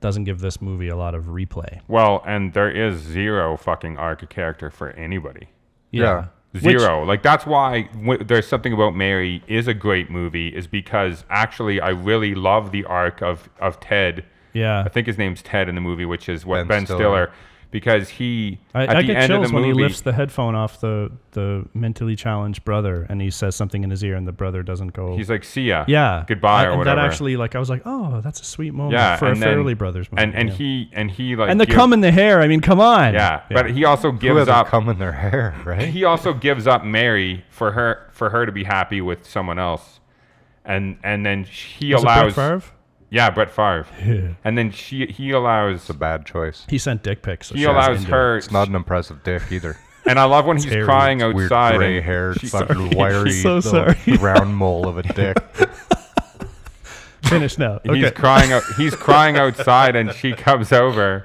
[SPEAKER 1] doesn't give this movie a lot of replay
[SPEAKER 2] Well, and there is zero fucking arc of character for anybody.
[SPEAKER 3] Yeah.
[SPEAKER 1] Which-
[SPEAKER 2] Zero. like that's why w- there's something about Mary is a great movie is because actually I really love the arc of of Ted.
[SPEAKER 1] yeah.
[SPEAKER 2] I think his name's Ted in the movie, which is what Ben,
[SPEAKER 3] Ben
[SPEAKER 2] Stiller.
[SPEAKER 3] Stiller.
[SPEAKER 2] because he
[SPEAKER 1] I,
[SPEAKER 2] at
[SPEAKER 1] I
[SPEAKER 2] the
[SPEAKER 1] get
[SPEAKER 2] end
[SPEAKER 1] chills
[SPEAKER 2] of the
[SPEAKER 1] when
[SPEAKER 2] movie
[SPEAKER 1] he lifts the headphone off the, the mentally challenged brother and he says something in his ear and the brother doesn't go.
[SPEAKER 2] he's like, "See ya,
[SPEAKER 1] yeah,
[SPEAKER 2] goodbye,"
[SPEAKER 1] I-
[SPEAKER 2] or
[SPEAKER 1] and
[SPEAKER 2] whatever.
[SPEAKER 1] That actually, like, I was like, oh, that's a sweet moment
[SPEAKER 2] yeah,
[SPEAKER 1] for a
[SPEAKER 2] and then-
[SPEAKER 1] Fairly Brothers movie.
[SPEAKER 2] and and
[SPEAKER 1] yeah.
[SPEAKER 2] he and he like
[SPEAKER 1] and the
[SPEAKER 2] give-
[SPEAKER 1] cum in the hair. I mean, come on.
[SPEAKER 2] Yeah, but he also
[SPEAKER 3] Who
[SPEAKER 2] gives
[SPEAKER 3] has
[SPEAKER 2] up.
[SPEAKER 3] a comb in their hair, right?
[SPEAKER 2] he also gives up Mary for her for her to be happy with someone else, and and then he
[SPEAKER 1] Was it Brett
[SPEAKER 2] allows.
[SPEAKER 1] Favre?
[SPEAKER 2] Yeah, Brett Favre. and then she he allows
[SPEAKER 3] It's a bad choice.
[SPEAKER 1] He sent dick pics. so
[SPEAKER 2] he
[SPEAKER 1] she was
[SPEAKER 2] allows
[SPEAKER 1] into it.
[SPEAKER 2] her.
[SPEAKER 3] It's not an impressive dick either.
[SPEAKER 2] and I love when he's
[SPEAKER 1] hairy,
[SPEAKER 2] crying
[SPEAKER 3] Weird
[SPEAKER 2] outside. and
[SPEAKER 3] gray haired,
[SPEAKER 2] she's
[SPEAKER 3] fucking wiry,
[SPEAKER 1] So
[SPEAKER 3] little
[SPEAKER 1] sorry.
[SPEAKER 3] round mole of a dick.
[SPEAKER 1] Finish now. Okay.
[SPEAKER 2] He's crying. out- He's crying outside, and she comes over.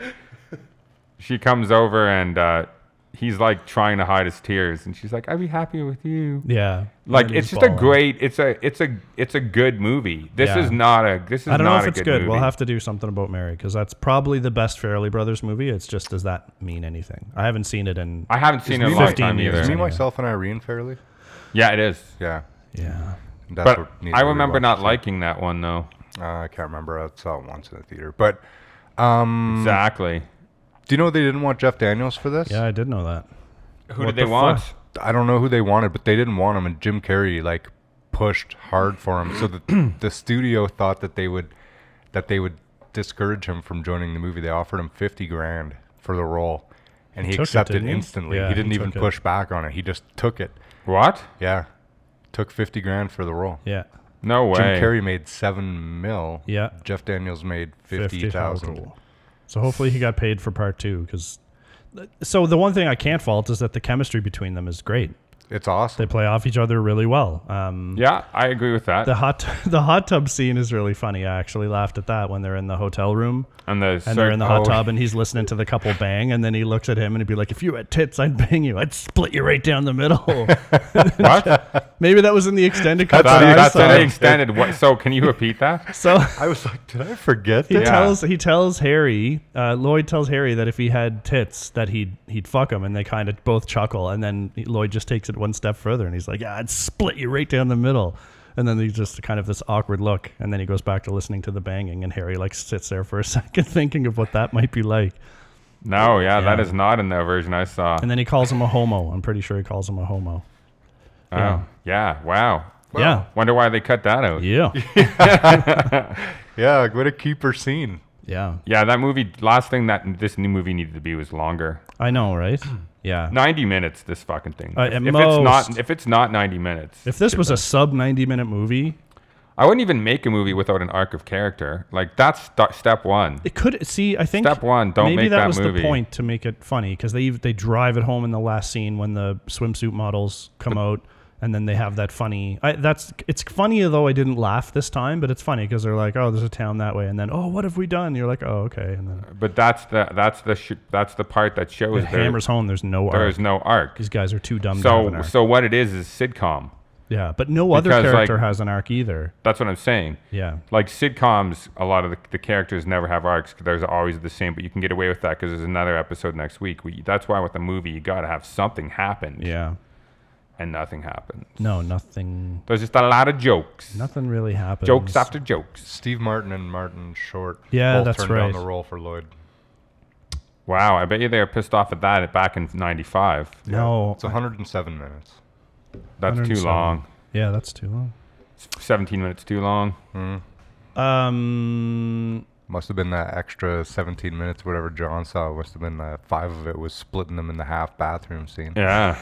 [SPEAKER 2] She comes over, and uh, he's like trying to hide his tears, and she's like, "I'd be happy with you."
[SPEAKER 1] yeah. And
[SPEAKER 2] Like
[SPEAKER 1] then
[SPEAKER 2] it's
[SPEAKER 1] he's
[SPEAKER 2] just a
[SPEAKER 1] bawling.
[SPEAKER 2] great. It's a. It's a. It's a good movie. This
[SPEAKER 1] Yeah.
[SPEAKER 2] is not a. This is
[SPEAKER 1] I don't know
[SPEAKER 2] not
[SPEAKER 1] if
[SPEAKER 2] a
[SPEAKER 1] it's
[SPEAKER 2] good.
[SPEAKER 1] good.
[SPEAKER 2] Movie.
[SPEAKER 1] We'll have to do something about Mary because that's probably the best Fairly Brothers movie. It's just does that mean anything? I haven't seen it in.
[SPEAKER 2] I haven't seen it in a
[SPEAKER 1] me
[SPEAKER 2] long
[SPEAKER 1] 15
[SPEAKER 2] time
[SPEAKER 1] years.
[SPEAKER 2] either.
[SPEAKER 3] Me,
[SPEAKER 1] Yeah.
[SPEAKER 3] myself, and Irene Fairleigh.
[SPEAKER 2] Yeah, it is.
[SPEAKER 3] Yeah.
[SPEAKER 1] yeah.
[SPEAKER 3] That's
[SPEAKER 2] But
[SPEAKER 3] what needs
[SPEAKER 2] I
[SPEAKER 3] to be
[SPEAKER 2] remember
[SPEAKER 3] rewatched.
[SPEAKER 2] not liking that one though.
[SPEAKER 3] Uh, I can't remember. I saw it once in the theater. But
[SPEAKER 1] Hmm.
[SPEAKER 3] um,
[SPEAKER 2] Exactly.
[SPEAKER 3] do you know they didn't want Jeff Daniels for this?
[SPEAKER 1] Yeah, I did know that.
[SPEAKER 2] Who
[SPEAKER 1] What
[SPEAKER 2] did they
[SPEAKER 1] the
[SPEAKER 2] want?
[SPEAKER 1] fuck?
[SPEAKER 3] I don't know who they wanted, but they didn't want him, and Jim Carrey like pushed hard for him. So the the studio thought that they would that they would discourage him from joining the movie. They offered him fifty grand for the role, and he,
[SPEAKER 1] took it,
[SPEAKER 3] accepted
[SPEAKER 1] didn't he?
[SPEAKER 3] instantly.
[SPEAKER 1] Yeah,
[SPEAKER 3] he
[SPEAKER 1] he
[SPEAKER 3] didn't even
[SPEAKER 1] took it.
[SPEAKER 3] push back on it. He just took it.
[SPEAKER 2] What?
[SPEAKER 3] Yeah, took fifty grand for the role.
[SPEAKER 1] Yeah.
[SPEAKER 2] No way.
[SPEAKER 3] Jim Carrey made seven mil.
[SPEAKER 1] Yeah.
[SPEAKER 3] Jeff Daniels made fifty
[SPEAKER 1] 50,000.
[SPEAKER 3] thousand.
[SPEAKER 1] So hopefully he got paid for part two because. So the one thing I can't fault is that the chemistry between them is great.
[SPEAKER 3] It's
[SPEAKER 1] They
[SPEAKER 3] awesome.
[SPEAKER 1] play off each other really well. Um,
[SPEAKER 2] Yeah, I agree with that.
[SPEAKER 1] the hot the hot tub scene is really funny. I actually laughed at that when they're in the hotel room
[SPEAKER 2] and the
[SPEAKER 1] and they're in the hot
[SPEAKER 2] oh,
[SPEAKER 1] tub and he's listening to the couple bang and then he looks at him and he'd be like, "If you had tits, I'd bang you. I'd split you right down the middle."
[SPEAKER 2] What?
[SPEAKER 1] Maybe that was in the extended cut.
[SPEAKER 2] That-
[SPEAKER 1] that I
[SPEAKER 2] that's
[SPEAKER 1] saw.
[SPEAKER 2] an extended. What, so can you repeat that?
[SPEAKER 1] So
[SPEAKER 3] I was like, did I forget
[SPEAKER 1] He
[SPEAKER 3] that?
[SPEAKER 2] Yeah.
[SPEAKER 1] tells he tells Harry, uh, Lloyd tells Harry that if he had tits, that he'd he'd fuck him, and they kind of both chuckle, and then Lloyd just takes it one step further, and he's like, "Yeah, I'd split you right down the middle," and then he just kind of this awkward look, and then he goes back to listening to the banging, and Harry like sits there for a second thinking of what that might be like,
[SPEAKER 2] No, yeah, that
[SPEAKER 1] Yeah.
[SPEAKER 2] is not in that version I saw.
[SPEAKER 1] and then he calls him a homo. I'm pretty sure he calls him a homo.
[SPEAKER 2] oh, yeah. Wow.
[SPEAKER 1] Yeah,
[SPEAKER 2] Wonder why they cut that out. Yeah.
[SPEAKER 1] yeah,
[SPEAKER 3] Yeah, what a keeper scene.
[SPEAKER 1] yeah.
[SPEAKER 2] that movie. Last thing that this new movie needed to be was longer.
[SPEAKER 1] I know, right? Yeah.
[SPEAKER 2] Ninety minutes. This fucking thing.
[SPEAKER 1] Uh,
[SPEAKER 2] if
[SPEAKER 1] at
[SPEAKER 2] if it's not,
[SPEAKER 1] most.
[SPEAKER 2] if it's not ninety minutes,
[SPEAKER 1] If this was a sub 90 minute movie,
[SPEAKER 2] I wouldn't even make a movie without an arc of character. Like that's st- step one.
[SPEAKER 1] It could see. I think
[SPEAKER 2] Step one, don't
[SPEAKER 1] maybe
[SPEAKER 2] make
[SPEAKER 1] that
[SPEAKER 2] that
[SPEAKER 1] was
[SPEAKER 2] movie.
[SPEAKER 1] the point to make it funny because they they drive it home in the last scene when the swimsuit models come out and then they have that funny. I, that's it's funny though. I didn't laugh this time, but it's funny because they're like, oh, there's a town that way, and then oh, what have we done? You're like, oh, okay, and then
[SPEAKER 2] But that's the that's the sh- that's the part that shows
[SPEAKER 1] it
[SPEAKER 2] there-
[SPEAKER 1] hammers home. There's no
[SPEAKER 2] there
[SPEAKER 1] arc.
[SPEAKER 2] is no arc.
[SPEAKER 1] These guys are too dumb. to have an
[SPEAKER 2] So
[SPEAKER 1] arc.
[SPEAKER 2] so what it is is sitcom.
[SPEAKER 1] yeah, but no other
[SPEAKER 2] because, like-
[SPEAKER 1] character has an arc either.
[SPEAKER 2] That's what I'm saying.
[SPEAKER 1] Yeah,
[SPEAKER 2] Like sitcoms, a lot of the, the characters never have arcs. 'cause There's always the same, but you can get away with that because there's another episode next week. We, that's why with a movie, you gotta have something happen,
[SPEAKER 1] yeah.
[SPEAKER 2] and nothing happens.
[SPEAKER 1] No, nothing.
[SPEAKER 2] There's just a lot of jokes,
[SPEAKER 1] Nothing really happens.
[SPEAKER 2] jokes after jokes.
[SPEAKER 3] Steve Martin and Martin Short
[SPEAKER 1] Yeah,
[SPEAKER 3] both
[SPEAKER 1] that's
[SPEAKER 3] turned down
[SPEAKER 1] right.
[SPEAKER 3] the role for Lloyd.
[SPEAKER 2] Wow, I bet you they were pissed off at that back in '95.
[SPEAKER 1] No,
[SPEAKER 3] It's 107 minutes.
[SPEAKER 2] That's too
[SPEAKER 1] 107.
[SPEAKER 2] long.
[SPEAKER 1] yeah, that's too long.
[SPEAKER 2] 17 minutes too long.
[SPEAKER 1] Um,
[SPEAKER 3] Must have been that extra 17 minutes, whatever John saw. Must have been that five of it was splitting them in the half bathroom scene.
[SPEAKER 2] Yeah.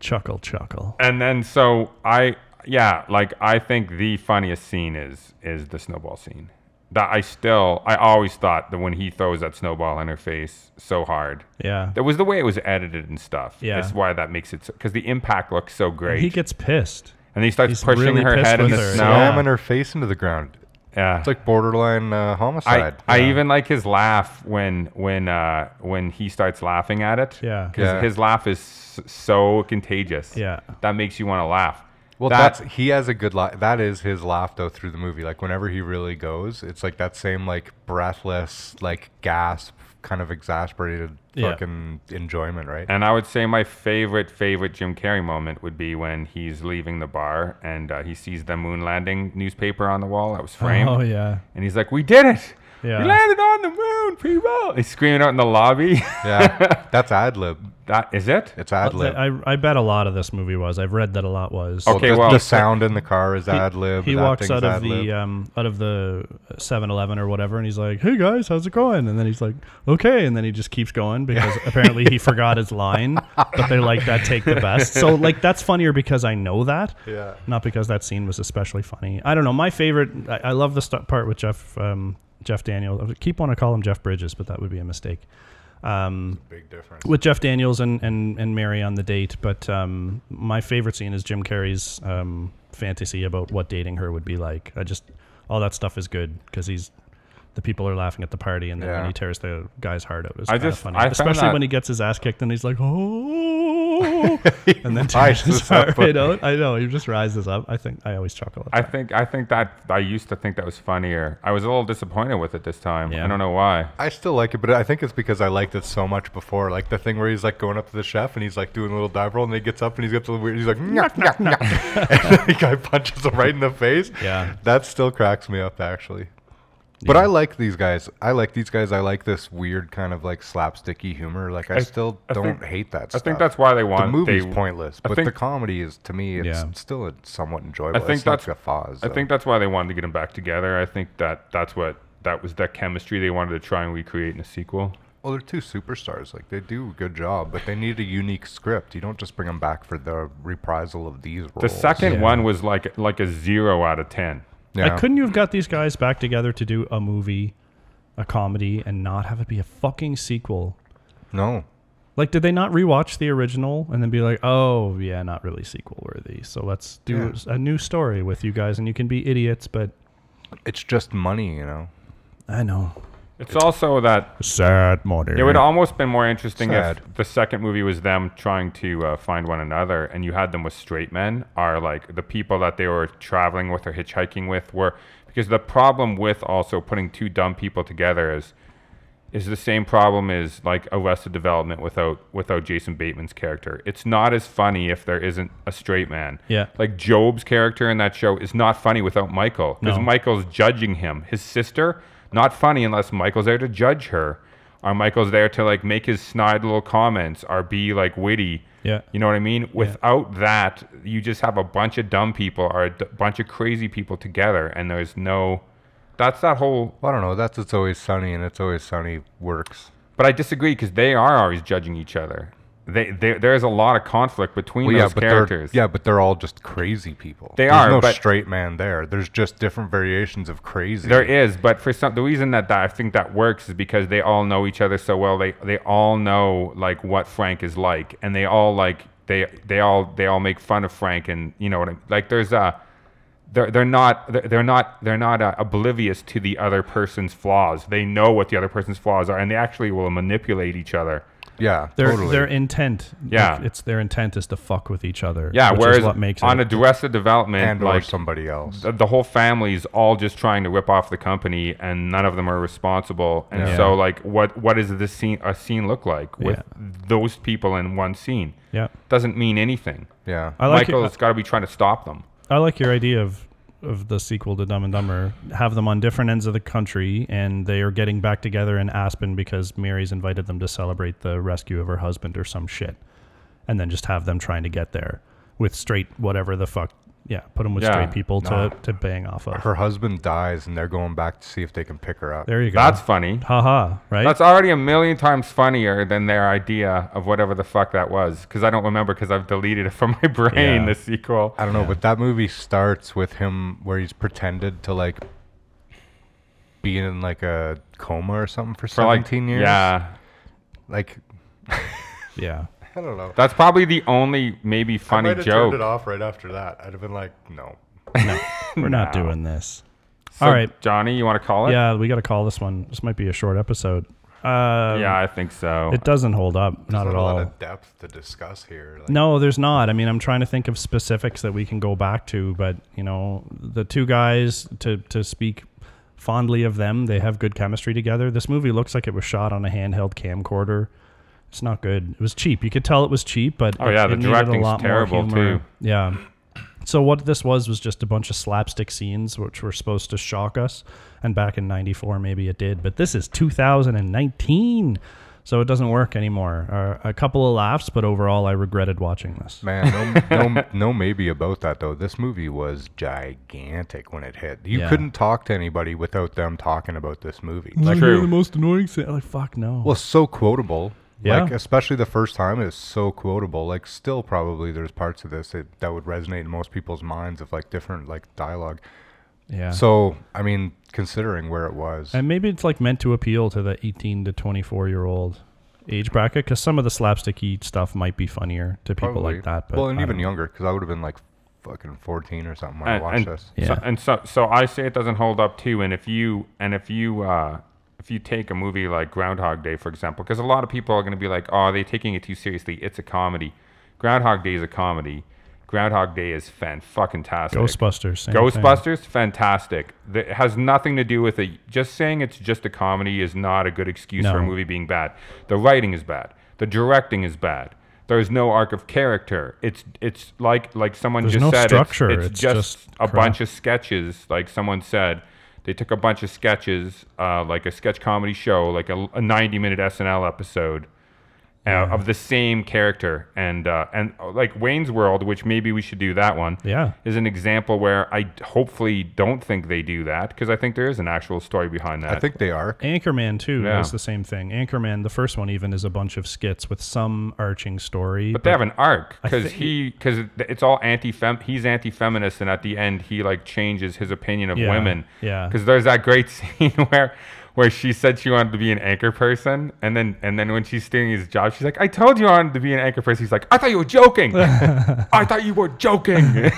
[SPEAKER 1] chuckle, chuckle.
[SPEAKER 2] And then so I yeah, like I think the funniest scene is is the snowball scene. That I still I always thought that when he throws that snowball in her face so hard.
[SPEAKER 1] Yeah,
[SPEAKER 2] That was the way it was edited and stuff.
[SPEAKER 1] Yeah.
[SPEAKER 2] That's why that makes it because the impact looks so great.
[SPEAKER 1] he gets pissed.
[SPEAKER 2] and he starts
[SPEAKER 1] he's
[SPEAKER 2] pushing
[SPEAKER 1] really
[SPEAKER 2] her
[SPEAKER 1] pissed
[SPEAKER 2] head in
[SPEAKER 1] with
[SPEAKER 2] the
[SPEAKER 1] her.
[SPEAKER 2] snow.
[SPEAKER 1] Yeah.
[SPEAKER 2] Yeah.
[SPEAKER 3] Slamming her face into the ground. It's like borderline uh,
[SPEAKER 2] I,
[SPEAKER 3] homicide.
[SPEAKER 2] I even like his laugh when when uh, when he starts laughing at it.
[SPEAKER 1] Yeah.
[SPEAKER 2] because
[SPEAKER 3] Yeah.
[SPEAKER 2] his laugh is s- so contagious.
[SPEAKER 1] Yeah.
[SPEAKER 2] that makes you want to laugh.
[SPEAKER 3] Well,
[SPEAKER 2] That-
[SPEAKER 3] that's he has a good laugh. That is his laugh though through the movie. Like whenever he really goes, it's like that same like breathless, like gasp, kind of exasperated
[SPEAKER 1] Yeah.
[SPEAKER 3] fucking enjoyment, right?
[SPEAKER 2] And I would say my favorite, favorite Jim Carrey moment would be when he's leaving the bar and uh, he sees the moon landing newspaper on the wall that was framed.
[SPEAKER 1] Oh yeah,
[SPEAKER 2] And he's like, We did it!
[SPEAKER 1] Yeah.
[SPEAKER 2] We landed on the moon, people! He's screaming out in the lobby.
[SPEAKER 3] yeah, that's ad lib.
[SPEAKER 2] that is it?
[SPEAKER 3] It's ad lib.
[SPEAKER 1] Uh, I, I bet a lot of this movie was. I've read that a lot was.
[SPEAKER 2] Okay,
[SPEAKER 3] the,
[SPEAKER 2] well-
[SPEAKER 3] the sound in the car is ad lib.
[SPEAKER 1] He
[SPEAKER 3] Oh, that
[SPEAKER 1] walks
[SPEAKER 3] thing's
[SPEAKER 1] out of
[SPEAKER 3] ad-lib.
[SPEAKER 1] the um, out of the 7-Eleven or whatever, and he's like, "Hey guys, how's it going?" And then he's like, "Okay," and then he just keeps going because apparently he forgot his line. But they like that take the best. So like that's funnier because I know that,
[SPEAKER 3] Yeah.
[SPEAKER 1] not because that scene was especially funny. I don't know. My favorite, I, I love the st- part with Jeff um, Jeff Daniels. I keep wanting to call him Jeff Bridges, but that would be a mistake. Um,
[SPEAKER 3] big difference.
[SPEAKER 1] with Jeff Daniels and and and Mary on the date. But um, my favorite scene is Jim Carrey's um, fantasy about what dating her would be like. I just all that stuff is good because he's the people are laughing at the party, and then when
[SPEAKER 3] Yeah.
[SPEAKER 1] he tears the guy's heart out, it's
[SPEAKER 2] I
[SPEAKER 1] kind of
[SPEAKER 2] just-
[SPEAKER 1] funny.
[SPEAKER 2] I found
[SPEAKER 1] Especially
[SPEAKER 2] that-
[SPEAKER 1] when he gets his ass kicked and he's like, oh, and then tears
[SPEAKER 3] rises
[SPEAKER 1] his
[SPEAKER 3] up.
[SPEAKER 1] heart right out. I know he just rises up. I think I always chuckle. At
[SPEAKER 2] I
[SPEAKER 1] that.
[SPEAKER 2] think I think that I used to think that was funnier. I was a little disappointed with it this time.
[SPEAKER 1] Yeah.
[SPEAKER 2] I don't know why.
[SPEAKER 3] I still like it, but I think it's because I liked it so much before. Like the thing where he's like going up to the chef and he's like doing a little dive roll, and he gets up and he's got the weird. He's like, knock, knock, knock, and the guy punches him right in the face.
[SPEAKER 1] Yeah.
[SPEAKER 3] that still cracks me up actually. But I like these guys. I like these guys. I like this weird kind of like slapsticky humor. Like I, still
[SPEAKER 2] I
[SPEAKER 3] don't
[SPEAKER 2] think-
[SPEAKER 3] hate that.
[SPEAKER 2] I
[SPEAKER 3] stuff.
[SPEAKER 2] think that's why they
[SPEAKER 3] the
[SPEAKER 2] want
[SPEAKER 3] movie's
[SPEAKER 2] they-
[SPEAKER 3] pointless,
[SPEAKER 2] I
[SPEAKER 3] but the
[SPEAKER 2] think-
[SPEAKER 3] comedy is to me it's
[SPEAKER 1] Yeah.
[SPEAKER 3] still a somewhat enjoyable.
[SPEAKER 2] think
[SPEAKER 3] it's not
[SPEAKER 2] that's-
[SPEAKER 3] guffaws.
[SPEAKER 2] I
[SPEAKER 3] though.
[SPEAKER 2] think that's why they wanted to get them back together. I think that that's what that was that chemistry they wanted to try and recreate in a sequel.
[SPEAKER 3] Well, they're two superstars. Like they do a good job, but they need a unique script. You don't just bring them back for the reprisal of these roles.
[SPEAKER 2] The second
[SPEAKER 1] Yeah.
[SPEAKER 2] one was like like a zero out of ten.
[SPEAKER 3] yeah.
[SPEAKER 1] Like, couldn't you have got these guys back together to do a movie, a comedy, and not have it be a fucking sequel?
[SPEAKER 3] No,
[SPEAKER 1] Like, did they not rewatch the original and then be like, "Oh, yeah, not really sequel worthy. So let's do
[SPEAKER 3] Yeah.
[SPEAKER 1] s- a new story with you guys, and you can be idiots." But
[SPEAKER 3] it's just money. You know.
[SPEAKER 1] I know.
[SPEAKER 2] It's also that
[SPEAKER 1] Sad modern.
[SPEAKER 2] it would almost been more interesting
[SPEAKER 3] Sad.
[SPEAKER 2] if the second movie was them trying to uh, find one another, and you had them with straight men, are like the people that they were traveling with or hitchhiking with were because the problem with also putting two dumb people together is is the same problem as like Arrested Development without without Jason Bateman's character. It's not as funny if there isn't a straight man.
[SPEAKER 1] Yeah.
[SPEAKER 2] Like Job's character in that show is not funny without Michael because
[SPEAKER 1] No.
[SPEAKER 2] Michael's judging him. His sister not funny unless Michael's there to judge her, or Michael's there to like make his snide little comments or be like witty.
[SPEAKER 1] Yeah.
[SPEAKER 2] You know what I mean? Without that, you just have a bunch of dumb people or a d- bunch of crazy people together, and there's no. That's that whole
[SPEAKER 3] Well, I don't know. That's it's always sunny, and it's always sunny works.
[SPEAKER 2] But I disagree because they are always judging each other. they, they there's a lot of conflict between
[SPEAKER 3] Well, yeah,
[SPEAKER 2] those
[SPEAKER 3] but
[SPEAKER 2] characters.
[SPEAKER 3] they're yeah, but they're all just crazy people.
[SPEAKER 2] They
[SPEAKER 3] There's
[SPEAKER 2] are,
[SPEAKER 3] no
[SPEAKER 2] but-
[SPEAKER 3] straight man there. There's just different variations of crazy.
[SPEAKER 2] There is, but for some, the reason that, that I think that works is because they all know each other so well. They they all know like what Frank is like, and they all like they they all they all make fun of Frank, and you know what I mean. Like there's a they're they're not they're they're not they're not uh, oblivious to the other person's flaws. They know what the other person's flaws are, and they actually will manipulate each other.
[SPEAKER 3] yeah,
[SPEAKER 1] Their,
[SPEAKER 3] totally.
[SPEAKER 1] their intent,
[SPEAKER 2] Yeah.
[SPEAKER 1] like, it's their intent is to fuck with each other.
[SPEAKER 2] Yeah,
[SPEAKER 1] which
[SPEAKER 2] whereas
[SPEAKER 1] is what makes
[SPEAKER 2] on
[SPEAKER 1] it.
[SPEAKER 2] Arrested Development,
[SPEAKER 3] and or
[SPEAKER 2] like
[SPEAKER 3] somebody else.
[SPEAKER 2] the, the whole family's all just trying to rip off the company and none of them are responsible and
[SPEAKER 1] Yeah.
[SPEAKER 2] so like what what does this scene a scene look like with
[SPEAKER 1] Yeah.
[SPEAKER 2] those people in one scene
[SPEAKER 1] yeah,
[SPEAKER 2] doesn't mean anything
[SPEAKER 3] yeah,
[SPEAKER 1] I like
[SPEAKER 2] michael's
[SPEAKER 1] it.
[SPEAKER 2] got to be trying to stop them
[SPEAKER 1] I like your idea of of the sequel to Dumb and Dumber. Have them on different ends of the country, and they are getting back together in Aspen because Mary's invited them to celebrate the rescue of her husband or some shit, and then just have them trying to get there with straight whatever the fuck. Yeah, put them with
[SPEAKER 2] Yeah.
[SPEAKER 1] straight people to,
[SPEAKER 3] Nah.
[SPEAKER 1] to bang off of.
[SPEAKER 3] her husband dies, and they're going back to see if they can pick her up.
[SPEAKER 1] there you go.
[SPEAKER 2] that's funny
[SPEAKER 1] haha, right?
[SPEAKER 2] that's already a million times funnier than their idea of whatever the fuck that was because i don't remember because i've deleted it from my brain
[SPEAKER 1] Yeah.
[SPEAKER 2] the sequel
[SPEAKER 3] I don't know, but that movie starts with him where he's pretended to like be in like a coma or something for,
[SPEAKER 2] for like
[SPEAKER 3] 17 years.
[SPEAKER 2] yeah
[SPEAKER 3] like
[SPEAKER 1] yeah.
[SPEAKER 3] I don't know.
[SPEAKER 2] that's probably the only maybe funny
[SPEAKER 3] I might have turned
[SPEAKER 2] joke
[SPEAKER 3] it off right after that. I'd have been like, no.
[SPEAKER 1] We're not
[SPEAKER 2] No.
[SPEAKER 1] doing this.
[SPEAKER 2] So,
[SPEAKER 1] All right.
[SPEAKER 2] johnny you want to call it
[SPEAKER 1] Yeah, we got to call this one. This might be a short episode. Uh,
[SPEAKER 2] yeah i think so
[SPEAKER 1] It doesn't hold up, not at
[SPEAKER 3] There's not a
[SPEAKER 1] all.
[SPEAKER 3] lot of depth to discuss here. Like,
[SPEAKER 1] No, there's not. I mean, I'm trying to think of specifics that we can go back to, but you know, the two guys to to speak fondly of them, they have good chemistry together. This movie looks like it was shot on a handheld camcorder. It's not good. It was cheap. You could tell it was cheap, but
[SPEAKER 2] Oh, yeah,
[SPEAKER 1] it,
[SPEAKER 2] the
[SPEAKER 1] it needed
[SPEAKER 2] directing's
[SPEAKER 1] a lot
[SPEAKER 2] terrible,
[SPEAKER 1] more humor.
[SPEAKER 2] too.
[SPEAKER 1] Yeah. So what this was was just a bunch of slapstick scenes which were supposed to shock us, and back in '94 maybe it did, but this is 2019, so it doesn't work anymore. Uh, a couple of laughs, but overall I regretted watching this.
[SPEAKER 3] Man, no, no, no, maybe about that though. This movie was gigantic when it hit. You
[SPEAKER 1] Yeah.
[SPEAKER 3] couldn't talk to anybody without them talking about this movie. Like,
[SPEAKER 2] True.
[SPEAKER 1] the most annoying thing. Like fuck no.
[SPEAKER 3] well, so quotable.
[SPEAKER 1] Yeah.
[SPEAKER 3] Like, especially the first time, it's so quotable. Like, still probably there's parts of this that, that would resonate in most people's minds of like different like dialogue.
[SPEAKER 1] yeah.
[SPEAKER 3] So, I mean, considering where it was,
[SPEAKER 1] and maybe it's like meant to appeal to the 18 to 24 year old age bracket because some of the slapsticky stuff might be funnier to people
[SPEAKER 3] probably.
[SPEAKER 1] like that. But
[SPEAKER 3] well, and
[SPEAKER 1] I
[SPEAKER 3] even
[SPEAKER 1] don't know.
[SPEAKER 3] younger because I would have been like fucking 14 or something when I
[SPEAKER 2] and,
[SPEAKER 3] watched
[SPEAKER 2] and
[SPEAKER 3] this.
[SPEAKER 1] Yeah.
[SPEAKER 2] So, and so, so I say it doesn't hold up too. And if you and if you uh, if you take a movie like Groundhog Day, for example, because a lot of people are going to be like, "Oh, are they taking it too seriously? It's a comedy." Groundhog Day is a comedy. Groundhog Day is fan fucking tastic.
[SPEAKER 1] Ghostbusters. same thing.
[SPEAKER 2] Ghostbusters, fantastic. Th- It has nothing to do with it. Just saying it's just a comedy is not a good excuse for a
[SPEAKER 1] No.
[SPEAKER 2] movie being bad. The writing is bad. The directing is bad. There's no arc of character. It's it's like like someone
[SPEAKER 1] There's
[SPEAKER 2] just
[SPEAKER 1] no
[SPEAKER 2] said it's-
[SPEAKER 1] structure.
[SPEAKER 2] It's,
[SPEAKER 1] It's
[SPEAKER 2] just,
[SPEAKER 1] just
[SPEAKER 2] a
[SPEAKER 1] crap.
[SPEAKER 2] bunch of sketches. Like someone said, they took a bunch of sketches, uh, like a sketch comedy show, like a, a 90 minute SNL episode uh, of the same character, and uh, and uh, like Wayne's World, which maybe we should do that one
[SPEAKER 1] Yeah.
[SPEAKER 2] is an example where I d- hopefully don't think they do that because I think there is an actual story behind that.
[SPEAKER 3] I think they are.
[SPEAKER 1] Anchorman too
[SPEAKER 2] Yeah.
[SPEAKER 1] is the same thing. Anchorman, the first one even is a bunch of skits with some arching story.
[SPEAKER 2] but they have an arc because
[SPEAKER 1] think-
[SPEAKER 2] he because it's all anti-fem. He's anti-feminist, and at the end, he like changes his opinion of
[SPEAKER 1] Yeah,
[SPEAKER 2] women.
[SPEAKER 1] yeah.
[SPEAKER 2] Because there's that great scene where where she said she wanted to be an anchor person, and then and then when she's doing his job, she's like, "I told you I wanted to be an anchor person." He's like, "I thought you were joking. I thought you were joking."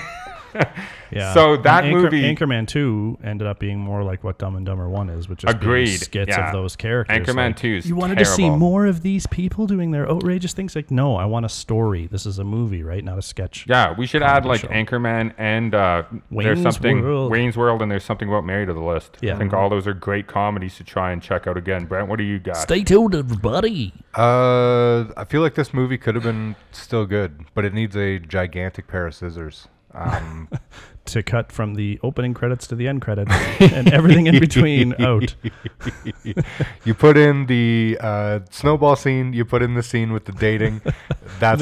[SPEAKER 1] yeah.
[SPEAKER 2] so
[SPEAKER 1] And
[SPEAKER 2] that movie-
[SPEAKER 1] Anchorman two ended up being more like what Dumb and Dumber one is, which is being
[SPEAKER 2] Agreed,
[SPEAKER 1] skits
[SPEAKER 2] yeah.
[SPEAKER 1] of those characters.
[SPEAKER 2] Anchorman
[SPEAKER 1] like,
[SPEAKER 2] 2 is
[SPEAKER 1] You wanted to see
[SPEAKER 2] terrible.
[SPEAKER 1] more of these people doing their outrageous things. Like, no, I want a story. This is a movie, right? Not a sketch.
[SPEAKER 2] Yeah, we should add like
[SPEAKER 1] show.
[SPEAKER 2] Anchorman and uh, there's
[SPEAKER 1] Wayne's
[SPEAKER 2] something
[SPEAKER 1] World.
[SPEAKER 2] Wayne's World and there's something about Mary to the list. I
[SPEAKER 1] Yeah.
[SPEAKER 2] think all those are great comedies to try and check out again. Brent, what do you got?
[SPEAKER 5] Stay tuned, everybody.
[SPEAKER 3] Uh, I feel like this movie could have been still good, but it needs a gigantic pair of scissors. Um,
[SPEAKER 1] to cut from the opening credits to the end credits and everything in between out.
[SPEAKER 3] you put in the uh, snowball scene. You put in the scene with the dating. That's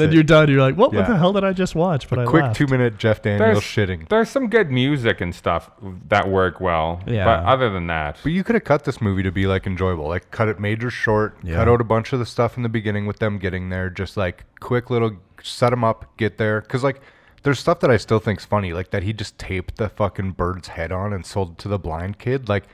[SPEAKER 1] And then
[SPEAKER 3] it.
[SPEAKER 1] you're done. You're like, what, what
[SPEAKER 3] Yeah.
[SPEAKER 1] the hell did I just watch? But I
[SPEAKER 3] Quick
[SPEAKER 1] laughed.
[SPEAKER 3] two minute Jeff Daniels shitting.
[SPEAKER 2] there's some good music and stuff that work well.
[SPEAKER 1] Yeah.
[SPEAKER 2] But other than that,
[SPEAKER 3] But you could have cut this movie to be like enjoyable. Like cut it major short,
[SPEAKER 1] Yeah.
[SPEAKER 3] cut out a bunch of the stuff in the beginning with them getting there, just like quick little set them up, get there. Cause like there's stuff that I still think's funny, like that he just taped the fucking bird's head on and sold it to the blind kid. Like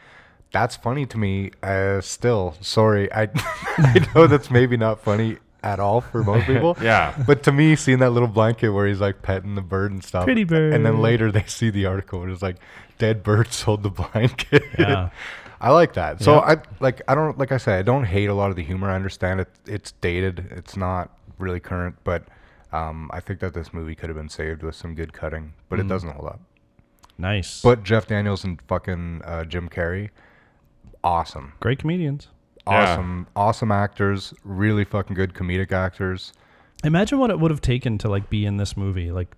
[SPEAKER 3] that's funny to me. Uh, still, sorry, I I know that's maybe not funny at all for most people.
[SPEAKER 2] Yeah.
[SPEAKER 3] But to me, seeing that little blanket where he's like petting the bird and stuff,
[SPEAKER 1] Pretty
[SPEAKER 3] and
[SPEAKER 1] bird.
[SPEAKER 3] then later they see the article and it's like dead bird sold the blind kid.
[SPEAKER 1] Yeah.
[SPEAKER 3] I like that. So
[SPEAKER 1] Yeah.
[SPEAKER 3] I like I don't like I said I don't hate a lot of the humor. I understand it. It's dated. It's not really current, but um, I think that this movie could have been saved with some good cutting, but
[SPEAKER 1] Mm.
[SPEAKER 3] it doesn't hold up.
[SPEAKER 1] nice.
[SPEAKER 3] But Jeff Daniels and fucking uh, Jim Carrey, awesome,
[SPEAKER 1] Great comedians.
[SPEAKER 2] Yeah.
[SPEAKER 3] awesome, awesome actors. Really fucking good comedic actors.
[SPEAKER 1] Imagine what it would have taken to like be in this movie. Like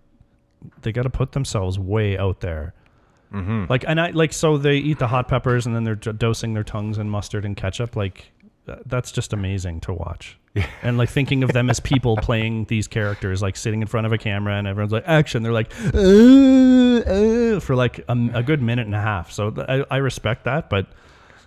[SPEAKER 1] they got to put themselves way out there. Like and I like so they eat the hot peppers and then they're d- dosing their tongues in mustard and ketchup. Like th- that's just amazing to watch. And like thinking of them as people playing these characters, like sitting in front of a camera and everyone's like action. They're like "Uh, uh," for like a, m- a good minute and a half. So th- I, I respect that, but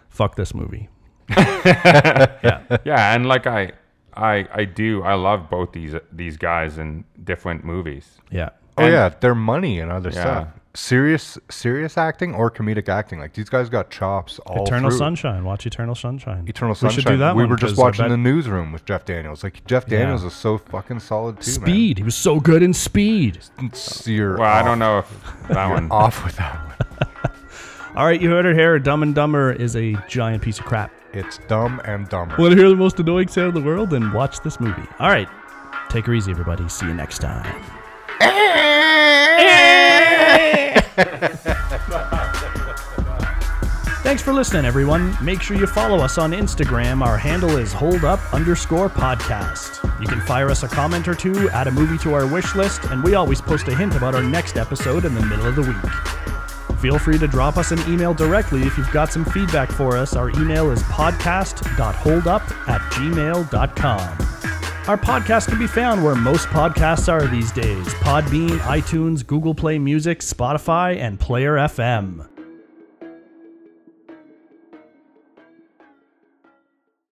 [SPEAKER 1] fuck this movie.
[SPEAKER 2] yeah, and like I, I, I do. I love both these these guys in different movies.
[SPEAKER 1] Yeah.
[SPEAKER 3] Oh yeah, their money and other stuff.
[SPEAKER 2] Yeah.
[SPEAKER 3] Serious, serious acting or comedic acting. Like these guys got chops all
[SPEAKER 1] Eternal
[SPEAKER 3] through.
[SPEAKER 1] Sunshine. Watch Eternal Sunshine.
[SPEAKER 3] Eternal
[SPEAKER 1] We
[SPEAKER 3] Sunshine.
[SPEAKER 1] should do that
[SPEAKER 3] We
[SPEAKER 1] one
[SPEAKER 3] were just
[SPEAKER 1] 'cause I
[SPEAKER 3] watching
[SPEAKER 1] bet-
[SPEAKER 3] the newsroom with Jeff Daniels. Like Jeff Daniels
[SPEAKER 1] Yeah.
[SPEAKER 3] is so fucking solid too,
[SPEAKER 1] Speed. He was so good in Speed.
[SPEAKER 3] man. It's- You're
[SPEAKER 2] Well, I
[SPEAKER 3] off-
[SPEAKER 2] don't know if that one.
[SPEAKER 3] Off with that one.
[SPEAKER 1] All right, you heard it here. Dumb and Dumber is a giant piece of crap.
[SPEAKER 3] It's dumb and dumber.
[SPEAKER 1] Want to hear the most annoying sound in the world? Then watch this movie. All right. Take her easy, everybody. See you next time. Thanks for listening, everyone. Make sure you follow us on Instagram. Our handle is holdup underscore podcast. You can fire us a comment or two, add a movie to our wish list, and we always post a hint about our next episode in the middle of the week. Feel free to drop us an email directly if you've got some feedback for us. Our email is podcast.holdup at gmail.com. Our podcast can be found where most podcasts are these days Podbean, iTunes, Google Play Music, Spotify, and Player FM.